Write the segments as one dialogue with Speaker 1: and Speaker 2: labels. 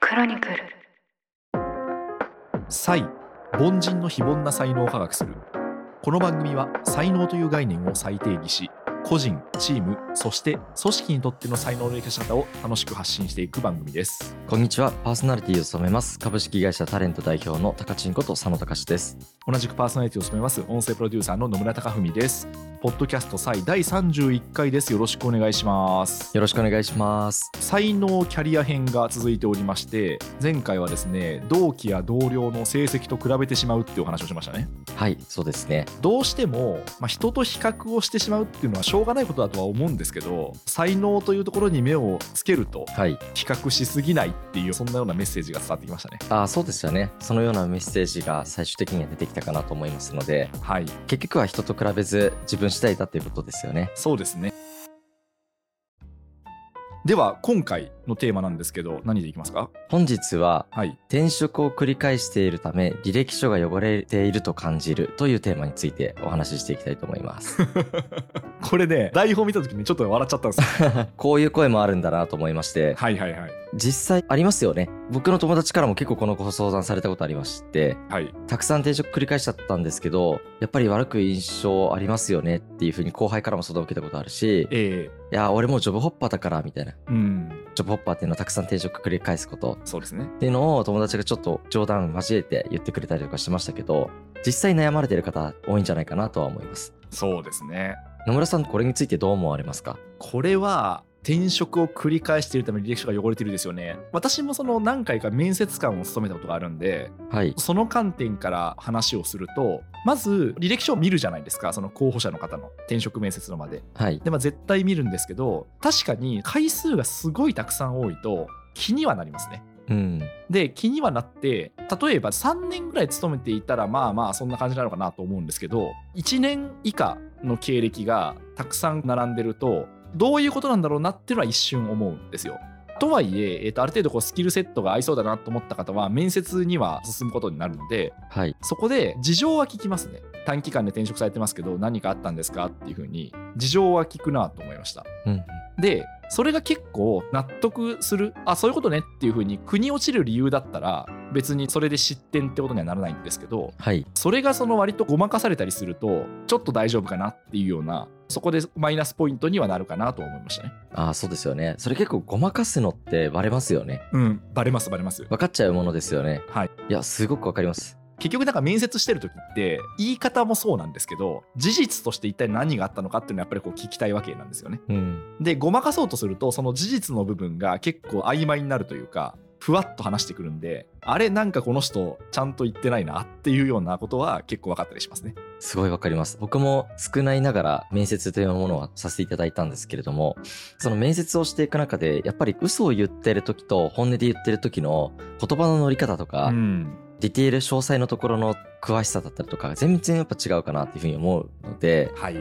Speaker 1: クロニクル
Speaker 2: 才凡人の非凡な才能を科学するこの番組は才能という概念を再定義し個人チームそして組織にとっての才能の生かし方を楽しく発信していく番組です
Speaker 3: こんにちは、パーソナリティを務めます株式会社タレント代表の高知んこと佐野隆です。
Speaker 2: 同じくパーソナリティを務めます音声プロデューサーの野村貴文ですポッドキャスト才第31回ですよろしくお願いします
Speaker 3: よろしくお願いします。
Speaker 2: 才能キャリア編が続いておりまして前回はですね同期や同僚の成績と比べてしまうっていうお話をしましたね
Speaker 3: はい、そうですね。
Speaker 2: どうしても、まあ、人と比較をしてしまうっていうのはしょうがないことだとは思うんですけど才能というところに目をつけると
Speaker 3: はい、
Speaker 2: 比較しすぎないっていうそんなようなメッセージが伝わってきましたね
Speaker 3: あーそうですよね。そのようなメッセージが最終的には出てきたかなと思いますので、
Speaker 2: はい
Speaker 3: 結局は人と比べず自分次第だということですよね。
Speaker 2: そうですねでは今回のテーマなんですけど何でいきますか
Speaker 3: 本日は
Speaker 2: はい
Speaker 3: 転職を繰り返しているため履歴書が汚れていると感じるというテーマについてお話ししていきたいと思います。
Speaker 2: これね台本見た時にちょっと笑っちゃったんですよ
Speaker 3: こういう声もあるんだなと思いまして、
Speaker 2: はいはいはい
Speaker 3: 実際ありますよね。僕の友達からも結構このご相談されたことありまして、
Speaker 2: はい
Speaker 3: たくさん転職繰り返しちゃったんですけどやっぱり悪く印象ありますよねっていうふうに後輩からも相談を受けたことあるし
Speaker 2: え
Speaker 3: いや俺もうジョブホッパーだからみたいな
Speaker 2: ー、うん
Speaker 3: ジョブホッパーっていうのはたくさん転職繰り返すこと
Speaker 2: そうですね
Speaker 3: っていうのを友達がちょっと冗談交えて言ってくれたりとかしてましたけど実際悩まれてる方多いんじゃないかなとは思います
Speaker 2: そうですね
Speaker 3: 野村さんこれについてどう思われますか
Speaker 2: これは転職を繰り返しているために履歴書が汚れてるんですよね私もその何回か面接官を務めたことがあるんで
Speaker 3: はい
Speaker 2: その観点から話をするとまず履歴書を見るじゃないですかその候補者の方の転職面接のまで
Speaker 3: はい
Speaker 2: でまあ絶対見るんですけど確かに回数がすごいたくさん多いと気にはなりますね
Speaker 3: うん
Speaker 2: で気にはなって例えば3年ぐらい勤めていたらまあまあそんな感じなのかなと思うんですけど1年以下の経歴がたくさん並んでるとどういうことなんだろうなっていうのは一瞬思うんですよ。とはいえ、えーとある程度こうスキルセットが合いそうだなと思った方は面接には進むことになるので
Speaker 3: はい
Speaker 2: そこで事情は聞きますね短期間で転職されてますけど何かあったんですかっていうふうに事情は聞くなと思いました。
Speaker 3: うん
Speaker 2: でそれが結構納得するあそういうことねっていうふうに国落ちる理由だったら別にそれで失点ってことにはならないんですけど
Speaker 3: はい
Speaker 2: それがその割とごまかされたりするとちょっと大丈夫かなっていうようなそこでマイナスポイントにはなるかなと思いましたね
Speaker 3: ああそうですよねそれ結構ごまかすのってバレますよね
Speaker 2: うんバレますバレます
Speaker 3: 分かっちゃうものですよね
Speaker 2: はい
Speaker 3: いやすごくわかります
Speaker 2: 結局なんか面接してる時って言い方もそうなんですけど事実として一体何があったのかっていうのはやっぱりこう聞きたいわけなんですよね
Speaker 3: うん
Speaker 2: でごまかそうとするとその事実の部分が結構曖昧になるというかふわっと話してくるんであれなんかこの人ちゃんと言ってないなっていうようなことは結構分かったりしますね
Speaker 3: すごいわかります。僕も少ないながら面接というものはさせていただいたんですけれども、その面接をしていく中で、やっぱり嘘を言ってる時と本音で言ってる時の言葉の乗り方とか、
Speaker 2: うん
Speaker 3: ディテール詳細のところの詳しさだったりとか、全然やっぱ違うかなっていうふうに思うので、
Speaker 2: はい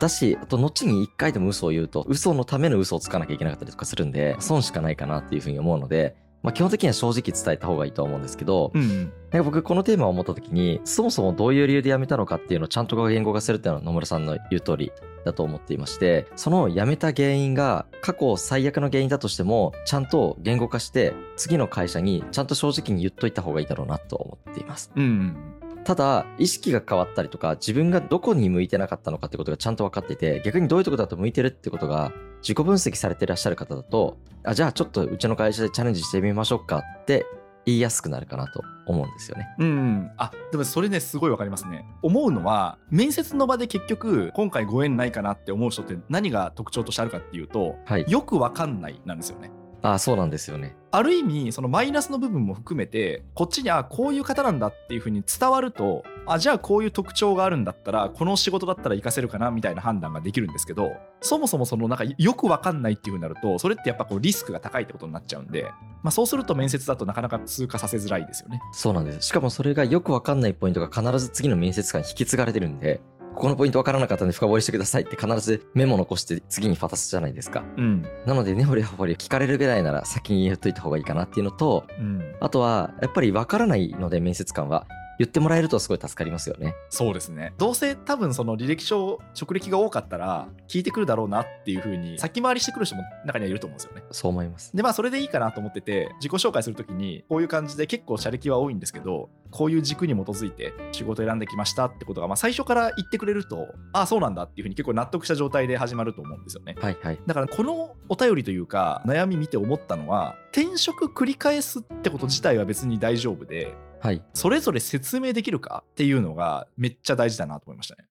Speaker 3: だし、あと後に一回でも嘘を言うと、嘘のための嘘をつかなきゃいけなかったりとかするんで、損しかないかなっていうふうに思うので、まあ基本的には正直伝えた方がいいとは思うんですけど、
Speaker 2: うん
Speaker 3: なんか僕このテーマを持った時にそもそもどういう理由で辞めたのかっていうのをちゃんと言語化するっていうのは野村さんの言う通りだと思っていましてその辞めた原因が過去最悪の原因だとしてもちゃんと言語化して次の会社にちゃんと正直に言っといた方がいいだろうなと思っています
Speaker 2: うん
Speaker 3: ただ意識が変わったりとか自分がどこに向いてなかったのかってことがちゃんと分かってて逆にどういうとこだと向いてるってことが自己分析されてらっしゃる方だとあじゃあちょっとうちの会社でチャレンジしてみましょうかって言いやすくなるかなと思うんですよね
Speaker 2: うん、あでもそれねすごいわかりますね思うのは面接の場で結局今回ご縁ないかなって思う人って何が特徴としてあるかっていうと
Speaker 3: はい
Speaker 2: よく分かんないなんですよね
Speaker 3: あそうなんですよね。
Speaker 2: ある意味そのマイナスの部分も含めてこっちにあこういう方なんだっていう風に伝わるとあじゃあこういう特徴があるんだったらこの仕事だったら活かせるかなみたいな判断ができるんですけどそもそもそのなんかよくわかんないっていう風になるとそれってやっぱこうリスクが高いってことになっちゃうんで、まあ、そうすると面接だとなかなか通過させづらいですよね。
Speaker 3: そうなんです。しかもそれがよくわかんないポイントが必ず次の面接官に引き継がれてるんで、ここのポイントわからなかったんで深掘りしてくださいって必ずメモ残して次に渡すじゃないですか。
Speaker 2: うん、
Speaker 3: なので根掘り葉掘り聞かれるぐらいなら先に言っといた方がいいかなっていうのと、
Speaker 2: うん、
Speaker 3: あとはやっぱりわからないので面接官は、言ってもらえるとすごい助かりますよね。
Speaker 2: そうですねどうせ多分その履歴書職歴が多かったら聞いてくるだろうなっていうふうに先回りしてくる人も中にはいると思うんですよね
Speaker 3: そう思います。
Speaker 2: でまあそれでいいかなと思ってて自己紹介するときにこういう感じで結構車歴は多いんですけどこういう軸に基づいて仕事選んできましたってことが、まあ、最初から言ってくれるとああそうなんだっていうふうに結構納得した状態で始まると思うんですよね
Speaker 3: はいはい。
Speaker 2: だからこのお便りというか悩み見て思ったのは転職繰り返すってこと自体は別に大丈夫で
Speaker 3: はい。
Speaker 2: それぞれ説明できるかっていうのがめっちゃ大事だなと思いましたね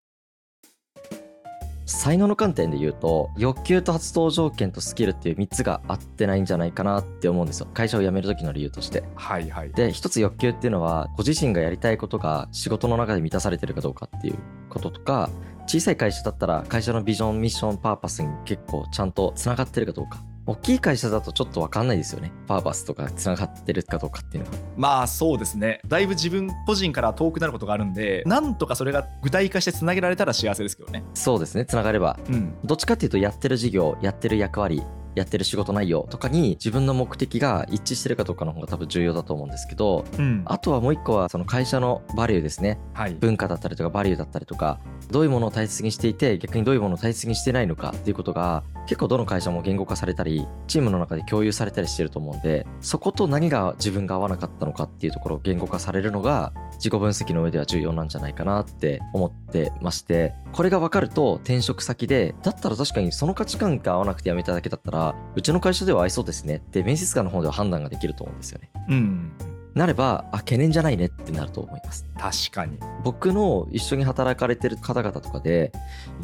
Speaker 3: 才能の観点で言うと欲求と発動条件とスキルっていう3つが合ってないんじゃないかなって思うんですよ会社を辞める時の理由として
Speaker 2: はいはい
Speaker 3: で一つ欲求っていうのはご自身がやりたいことが仕事の中で満たされてるかどうかっていうこととか小さい会社だったら会社のビジョンミッションパーパスに結構ちゃんとつながってるかどうか大きい会社だとちょっと分かんないですよねパーパスとかつながってるかどうかっていうのが
Speaker 2: まあそうですねだいぶ自分個人から遠くなることがあるんでなんとかそれが具体化してつなげられたら幸せですけどね
Speaker 3: そうですねつながれば
Speaker 2: うん
Speaker 3: どっちかっていうとやってる事業やってる役割やってる仕事内容とかに自分の目的が一致してるかどうかの方が多分重要だと思うんですけど
Speaker 2: うん
Speaker 3: あとはもう一個はその会社のバリューですね
Speaker 2: はい
Speaker 3: 文化だったりとかバリューだったりとかどういうものを大切にしていて逆にどういうものを大切にしてないのかっていうことが結構どの会社も言語化されたりチームの中で共有されたりしてると思うんでそこと何が自分が合わなかったのかっていうところを言語化されるのが自己分析の上では重要なんじゃないかなって思ってましてこれが分かると転職先でだったら確かにその価値観が合わなくて辞めただけだったらうちの会社では合いそうですねって面接官の方では判断ができると思うんですよね
Speaker 2: うん
Speaker 3: なればあ懸念じゃないねってなると思います
Speaker 2: 確かに
Speaker 3: 僕の一緒に働かれてる方々とかで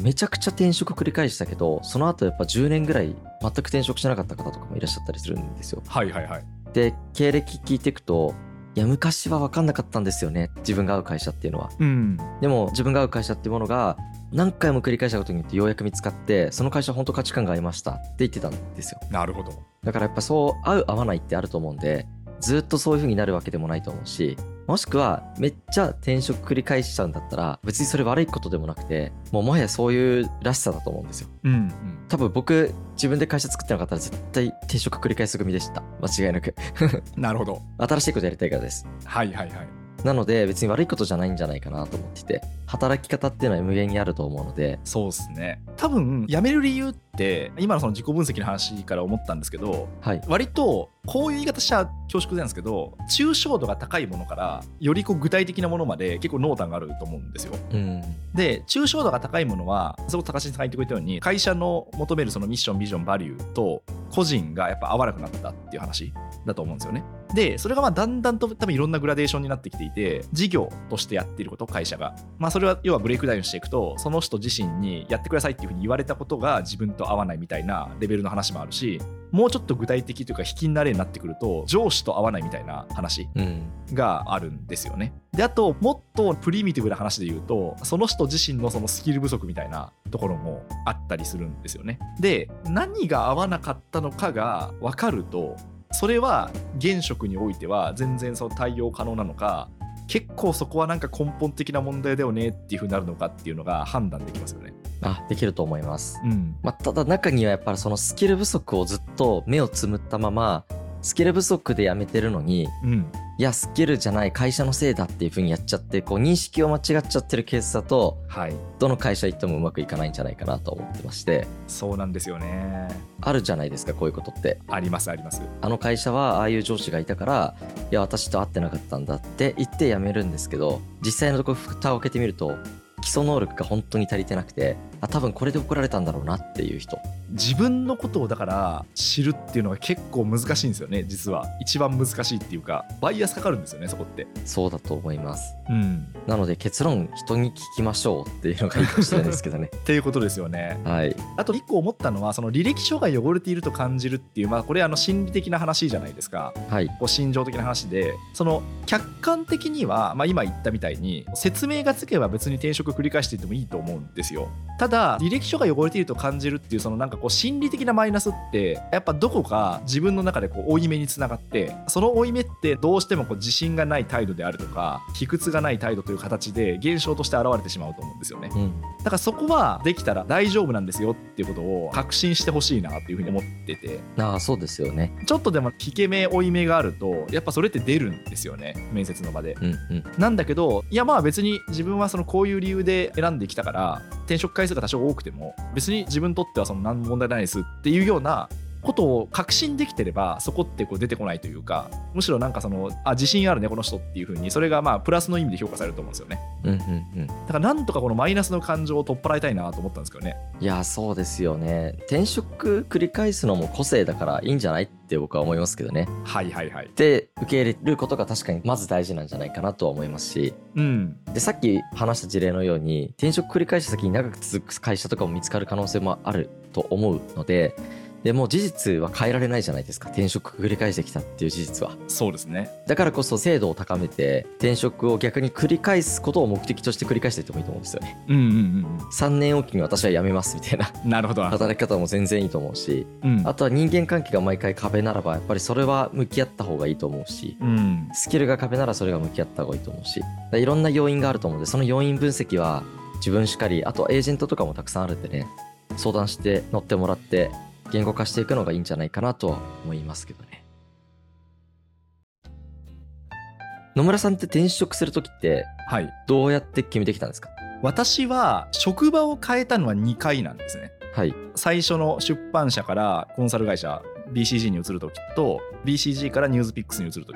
Speaker 3: めちゃくちゃ転職繰り返したけどその後やっぱ10年ぐらい全く転職してなかった方とかもいらっしゃったりするんですよ
Speaker 2: はいはいはい
Speaker 3: で経歴聞いていくといや昔は分かんなかったんですよね自分が合う会社っていうのは
Speaker 2: うん
Speaker 3: でも自分が合う会社っていうものが何回も繰り返したことによってようやく見つかってその会社本当価値観が合いましたって言ってたんですよ
Speaker 2: なるほど
Speaker 3: だからやっぱそう合う合わないってあると思うんでずっとそういう風になるわけでもないと思うしもしくはめっちゃ転職繰り返しちゃうんだったら別にそれ悪いことでもなくてもうもはやそういうらしさだと思うんですよ
Speaker 2: うんうん
Speaker 3: 多分僕自分で会社作ってなかったら絶対転職繰り返す組でした間違いなく
Speaker 2: なるほど
Speaker 3: 新しいことやりたいからです
Speaker 2: はいはいはい
Speaker 3: なので別に悪いことじゃないんじゃないかなと思っていて働き方っていうのは無限にあると思うので
Speaker 2: そうですね多分辞める理由って今のその自己分析の話から思ったんですけど
Speaker 3: はい
Speaker 2: 割とこういう言い方しちゃ恐縮なんですけど抽象度が高いものからよりこう具体的なものまで結構濃淡があると思うんですよ
Speaker 3: うん
Speaker 2: で抽象度が高いものはそれこそ高橋さんが言ってくれたように会社の求めるそのミッションビジョンバリューと個人がやっぱ合わなくなったっていう話だと思うんですよねでそれがまあだんだんと多分いろんなグラデーションになってきていて事業としてやっていること会社がまあそれは要はブレイクダウンしていくとその人自身にやってくださいっていうふうに言われたことが自分と合わないみたいなレベルの話もあるしもうちょっと具体的というか引きになれになってくると上司と合わないみたいな話
Speaker 3: うん
Speaker 2: があるんですよね。であともっとプリミティブな話で言うとその人自身のそのスキル不足みたいなところもあったりするんですよね。で何が合わなかったのかが分かるとそれは現職においては全然その対応可能なのか結構そこはなんか根本的な問題だよねっていうふうになるのかっていうのが判断できますよね。
Speaker 3: あできると思います
Speaker 2: うん、
Speaker 3: まあ、ただ中にはやっぱりそのスキル不足をずっと目をつむったままスキル不足でやめてるのに
Speaker 2: うん、
Speaker 3: いやスキルじゃない会社のせいだっていうふうにやっちゃってこう認識を間違っちゃってるケースだと
Speaker 2: はい
Speaker 3: どの会社行ってもうまくいかないんじゃないかなと思ってまして
Speaker 2: そうなんですよね。
Speaker 3: あるじゃないですかこういうことって
Speaker 2: ありますあります。
Speaker 3: あの会社はああいう上司がいたからいや私と会ってなかったんだって言って辞めるんですけど実際のところ蓋を開けてみると基礎能力が本当に足りてなくてあ多分これで怒られたんだろうなっていう人
Speaker 2: 自分のことをだから知るっていうのが結構難しいんですよね実は一番難しいっていうかバイアスかかるんですよねそこって
Speaker 3: そうだと思います
Speaker 2: うん
Speaker 3: なので結論人に聞きましょうっていうのがいいかもしれないですけどね
Speaker 2: っていうことですよね
Speaker 3: はい
Speaker 2: あと一個思ったのはその履歴書が汚れていると感じるっていうまあこれあの心理的な話じゃないですか
Speaker 3: はい
Speaker 2: こう心情的な話でその客観的には、まあ、今言ったみたいに説明がつけば別に転職繰り返していってもいいと思うんですよただ履歴書が汚れていると感じるっていうそのなんかこう心理的なマイナスってやっぱどこか自分の中でこう負い目につながってその負い目ってどうしてもこう自信がない態度であるとか卑屈がない態度という形で現象として現れてしまうと思うんですよね
Speaker 3: うん
Speaker 2: だからそこはできたら大丈夫なんですよっていうことを確信してほしいなっていうふうに思ってて
Speaker 3: ああそうですよね
Speaker 2: ちょっとでも引け目負い目があるとやっぱそれって出るんですよね面接の場で
Speaker 3: うんうん
Speaker 2: なんだけどいやまあ別に自分はそのこういう理由で選んできたから転職回数が多少多くても別に自分にとってはその何も問題ないですっていうようなことを確信できてればそこってこう出てこないというかむしろなんかそのあ自信あるねこの人っていう風にそれがまあプラスの意味で評価されると思うんですよね
Speaker 3: うんうんうん
Speaker 2: だからなんとかこのマイナスの感情を取っ払いたいなと思ったんですけどね
Speaker 3: いやそうですよね転職繰り返すのも個性だからいいんじゃないって僕は思いますけどね
Speaker 2: はいはいはい
Speaker 3: で受け入れることが確かにまず大事なんじゃないかなとは思いますし
Speaker 2: うん
Speaker 3: でさっき話した事例のように転職繰り返した先に長く続く会社とかも見つかる可能性もあると思うのででもう事実は変えられないじゃないですか転職繰り返してきたっていう事実は
Speaker 2: そうですね
Speaker 3: だからこそ精度を高めて転職を逆に繰り返すことを目的として繰り返していってもいいと思うんですよね
Speaker 2: うんうん
Speaker 3: 3年おきに私は辞めますみたいな
Speaker 2: うんなるほど、
Speaker 3: 働き方も全然いいと思うし
Speaker 2: うん
Speaker 3: あとは人間関係が毎回壁ならばやっぱりそれは向き合った方がいいと思うし
Speaker 2: うん、
Speaker 3: スキルが壁ならそれが向き合った方がいいと思うしいろんな要因があると思うのでその要因分析は自分しかりあとエージェントとかもたくさんあるんでね相談して乗ってもらって言語化していくのがいいんじゃないかなとは思いますけどね野村さんって転職する時って
Speaker 2: はい
Speaker 3: どうやって決めてきたんですか
Speaker 2: 私は職場を変えたのは2回なんですね
Speaker 3: はい
Speaker 2: 最初の出版社からコンサル会社 BCG に移る時と BCG からニュースピックスに移る時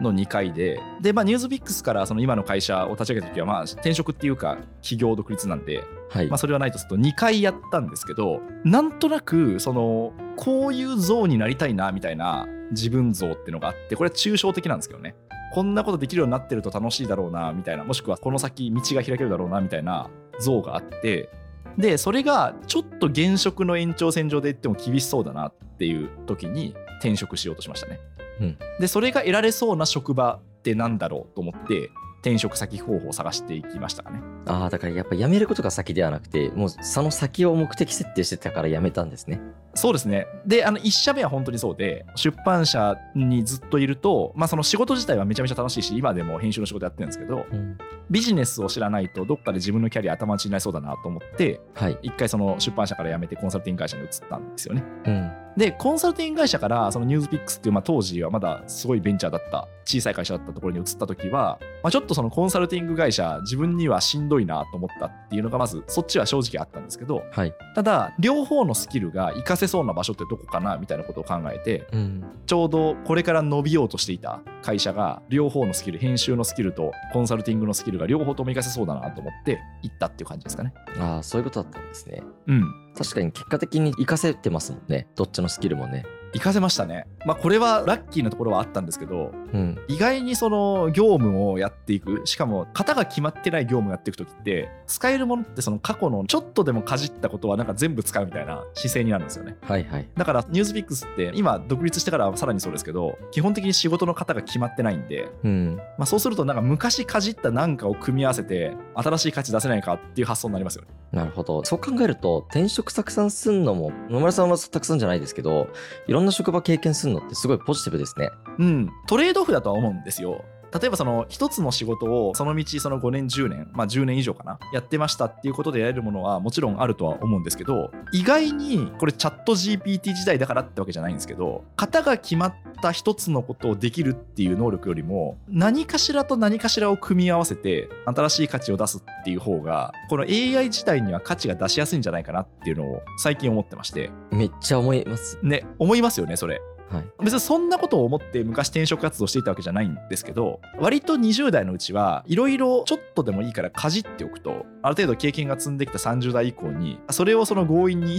Speaker 2: の2回でで、まあ、ニュースピックスからその今の会社を立ち上げた時はまあ転職っていうか企業独立なんで、
Speaker 3: はい、
Speaker 2: まあ、それはないとすると2回やったんですけどなんとなくそのこういう像になりたいなみたいな自分像ってのがあってこれは抽象的なんですけどねこんなことできるようになってると楽しいだろうなみたいなもしくはこの先道が開けるだろうなみたいな像があってでそれがちょっと現職の延長線上で言っても厳しそうだなっていう時に転職しようとしましたね、
Speaker 3: うん
Speaker 2: でそれが得られそうな職場ってなんだろうと思って転職先方法を探していきましたかね
Speaker 3: ああだからやっぱ辞めることが先ではなくてもうその先を目的設定してたから辞めたんですね
Speaker 2: そうですねであの1社目は本当にそうで出版社にずっといると、まあ、その仕事自体はめちゃめちゃ楽しいし今でも編集の仕事やってるんですけど
Speaker 3: うん
Speaker 2: ビジネスを知らないとどっかで自分のキャリア頭打ちになりそうだなと思って
Speaker 3: はい
Speaker 2: 一回その出版社から辞めてコンサルティング会社に移ったんですよね
Speaker 3: うん
Speaker 2: でコンサルティング会社からそのニュースピックスっていう、まあ、当時はまだすごいベンチャーだった小さい会社だったところに移った時は、まあ、ちょっとそのコンサルティング会社自分にはしんどいなと思ったっていうのがまずそっちは正直あったんですけど
Speaker 3: はい
Speaker 2: ただ両方のスキルが活かせそうな場所ってどこかなみたいなことを考えて
Speaker 3: うん
Speaker 2: ちょうどこれから伸びようとしていた会社が両方のスキル編集のスキルとコンサルティングのスキルが両方とも活かせそうだなと思って行ったっていう感じですかね。
Speaker 3: ああそういうことだったんですね
Speaker 2: うん
Speaker 3: 確かに結果的に活かせてますもんねどっちのスキルもね
Speaker 2: 活かせましたね。まあこれはラッキーなところはあったんですけど
Speaker 3: うん
Speaker 2: 意外にその業務をやっていくしかも型が決まってない業務をやっていく時って使えるものってその過去のちょっとでもかじったことはなんか全部使うみたいな姿勢になるんですよね。
Speaker 3: はいはい
Speaker 2: だからニュースピックスって今独立してからはさらにそうですけど基本的に仕事の方が決まってないんで、
Speaker 3: うん
Speaker 2: まあ、そうするとなんか昔かじった何かを組み合わせて新しい価値出せないかっていう発想になりますよね。
Speaker 3: なるほどそう考えると転職たくさんすんのも野村さんはたくさんじゃないですけどいろんな職場経験するのってすごいポジティブですね
Speaker 2: うん、トレードオフだとは思うんですよ。例えばその一つの仕事をその道その5年10年まあ10年以上かなやってましたっていうことでやれるものはもちろんあるとは思うんですけど意外にこれチャット GPT 時代だからってわけじゃないんですけど型が決まった一つのことをできるっていう能力よりも何かしらと何かしらを組み合わせて新しい価値を出すっていう方がこの AI 自体には価値が出しやすいんじゃないかなっていうのを最近思ってまして
Speaker 3: めっちゃ思います
Speaker 2: ね思いますよねそれ。
Speaker 3: はい
Speaker 2: 別にそんなことを思って昔転職活動していたわけじゃないんですけど割と20代のうちはいろいろちょっとでもいいからかじっておくとある程度経験が積んできた30代以降にそれをその強引に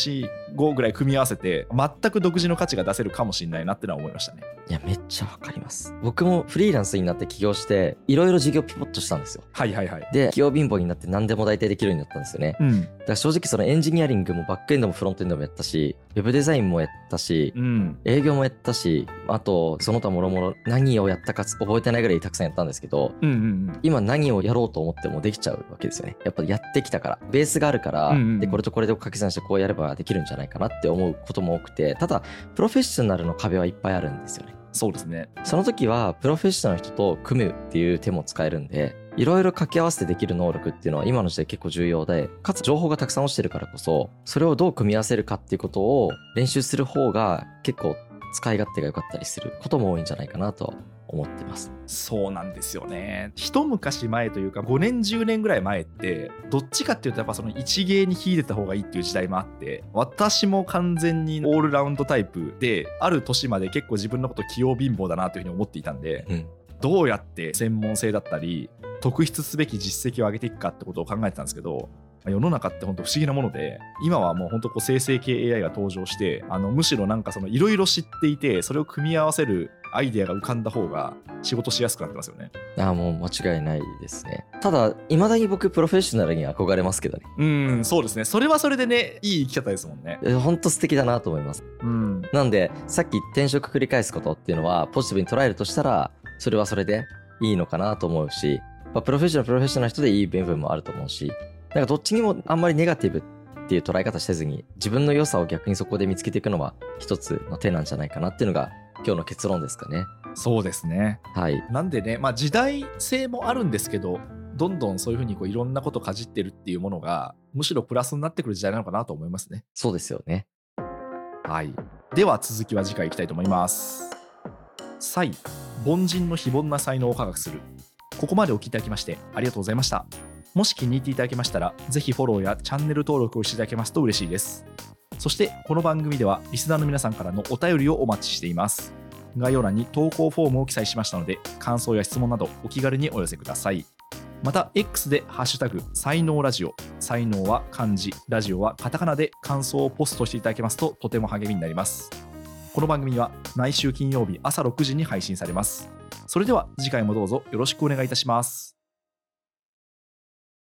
Speaker 2: 12345ぐらい組み合わせて全く独自の価値が出せるかもしれないなってのは思いましたね
Speaker 3: いやめっちゃわかります僕もフリーランスになって起業していろいろ事業ピポッとしたんですよ
Speaker 2: はいはいはい
Speaker 3: で起業貧乏になって何でも大体できるようになったんですよね
Speaker 2: うん
Speaker 3: だから正直そのエンジニアリングもバックエンドもフロントエンドもやったしウェブデザインもやったし
Speaker 2: うん
Speaker 3: AI 営業もやったし、あとその他もろもろ何をやったか覚えてないぐらいたくさんやったんですけど、
Speaker 2: うんうん
Speaker 3: 今何をやろうと思ってもできちゃうわけですよね。やっぱやってきたから、ベースがあるから、
Speaker 2: うんうんうん
Speaker 3: で、これとこれで掛け算してこうやればできるんじゃないかなって思うことも多くて、ただ、プロフェッショナルの壁はいっぱいあるんですよね。
Speaker 2: そうですね
Speaker 3: その時は、プロフェッショナルの人と組むっていう手も使えるんで、いろいろ掛け合わせてできる能力っていうのは今の時代結構重要で、かつ情報がたくさん落ちてるからこそ、それをどう組み合わせるかっていうことを練習する方が結構使い勝手が良かったりすることも多いんじゃないかなと思ってます。
Speaker 2: そうなんですよね一昔前というか5年10年ぐらい前ってどっちかっていうとやっぱその一芸に秀でた方がいいっていう時代もあって私も完全にオールラウンドタイプである年まで結構自分のこと器用貧乏だなというふうに思っていたんで
Speaker 3: うん。
Speaker 2: どうやって専門性だったり特筆すべき実績を上げていくかってことを考えてたんですけど世の中って本当不思議なもので今はもう本当こう生成系 AI が登場してあのむしろなんかそのいろいろ知っていてそれを組み合わせるアイデアが浮かんだ方が仕事しやすくなってますよね。
Speaker 3: ああ、もう間違いないですね。ただ、未だに僕、プロフェッショナルに憧れますけどね。
Speaker 2: うんそうですねそれはそれでねいい生き方ですもんね。
Speaker 3: えほんと素敵だなと思います。
Speaker 2: うん
Speaker 3: なんで、さっき転職繰り返すことっていうのは、ポジティブに捉えるとしたら、それはそれでいいのかなと思うし、まあ、プロフェッショナル、プロフェッショナルな人でいい部分もあると思うし、なんかどっちにもあんまりネガティブっていう捉え方せずに、自分の良さを逆にそこで見つけていくのは、一つの手なんじゃないかなっていうのが、今日の結論ですかね。
Speaker 2: そうですね。
Speaker 3: はい。
Speaker 2: なんでね、まあ、時代性もあるんですけどどんどんそういうふうにこういろんなことかじってるっていうものがむしろプラスになってくる時代なのかなと思いますね。
Speaker 3: そうですよね。
Speaker 2: はい、では続きは次回いきたいと思います。才凡人の非凡な才能を科学するここまでお聞きいただきましてありがとうございましたもし気に入っていただけましたらぜひフォローやチャンネル登録をしていただけますと嬉しいですそしてこの番組ではリスナーの皆さんからのお便りをお待ちしています概要欄に投稿フォームを記載しましたので感想や質問などお気軽にお寄せくださいまた X で「ハッシュタグ才能ラジオ」才能は漢字ラジオはカタカナで感想をポストしていただけますととても励みになりますこの番組は毎週金曜日朝6時に配信されますそれでは次回もどうぞよろしくお願いいたします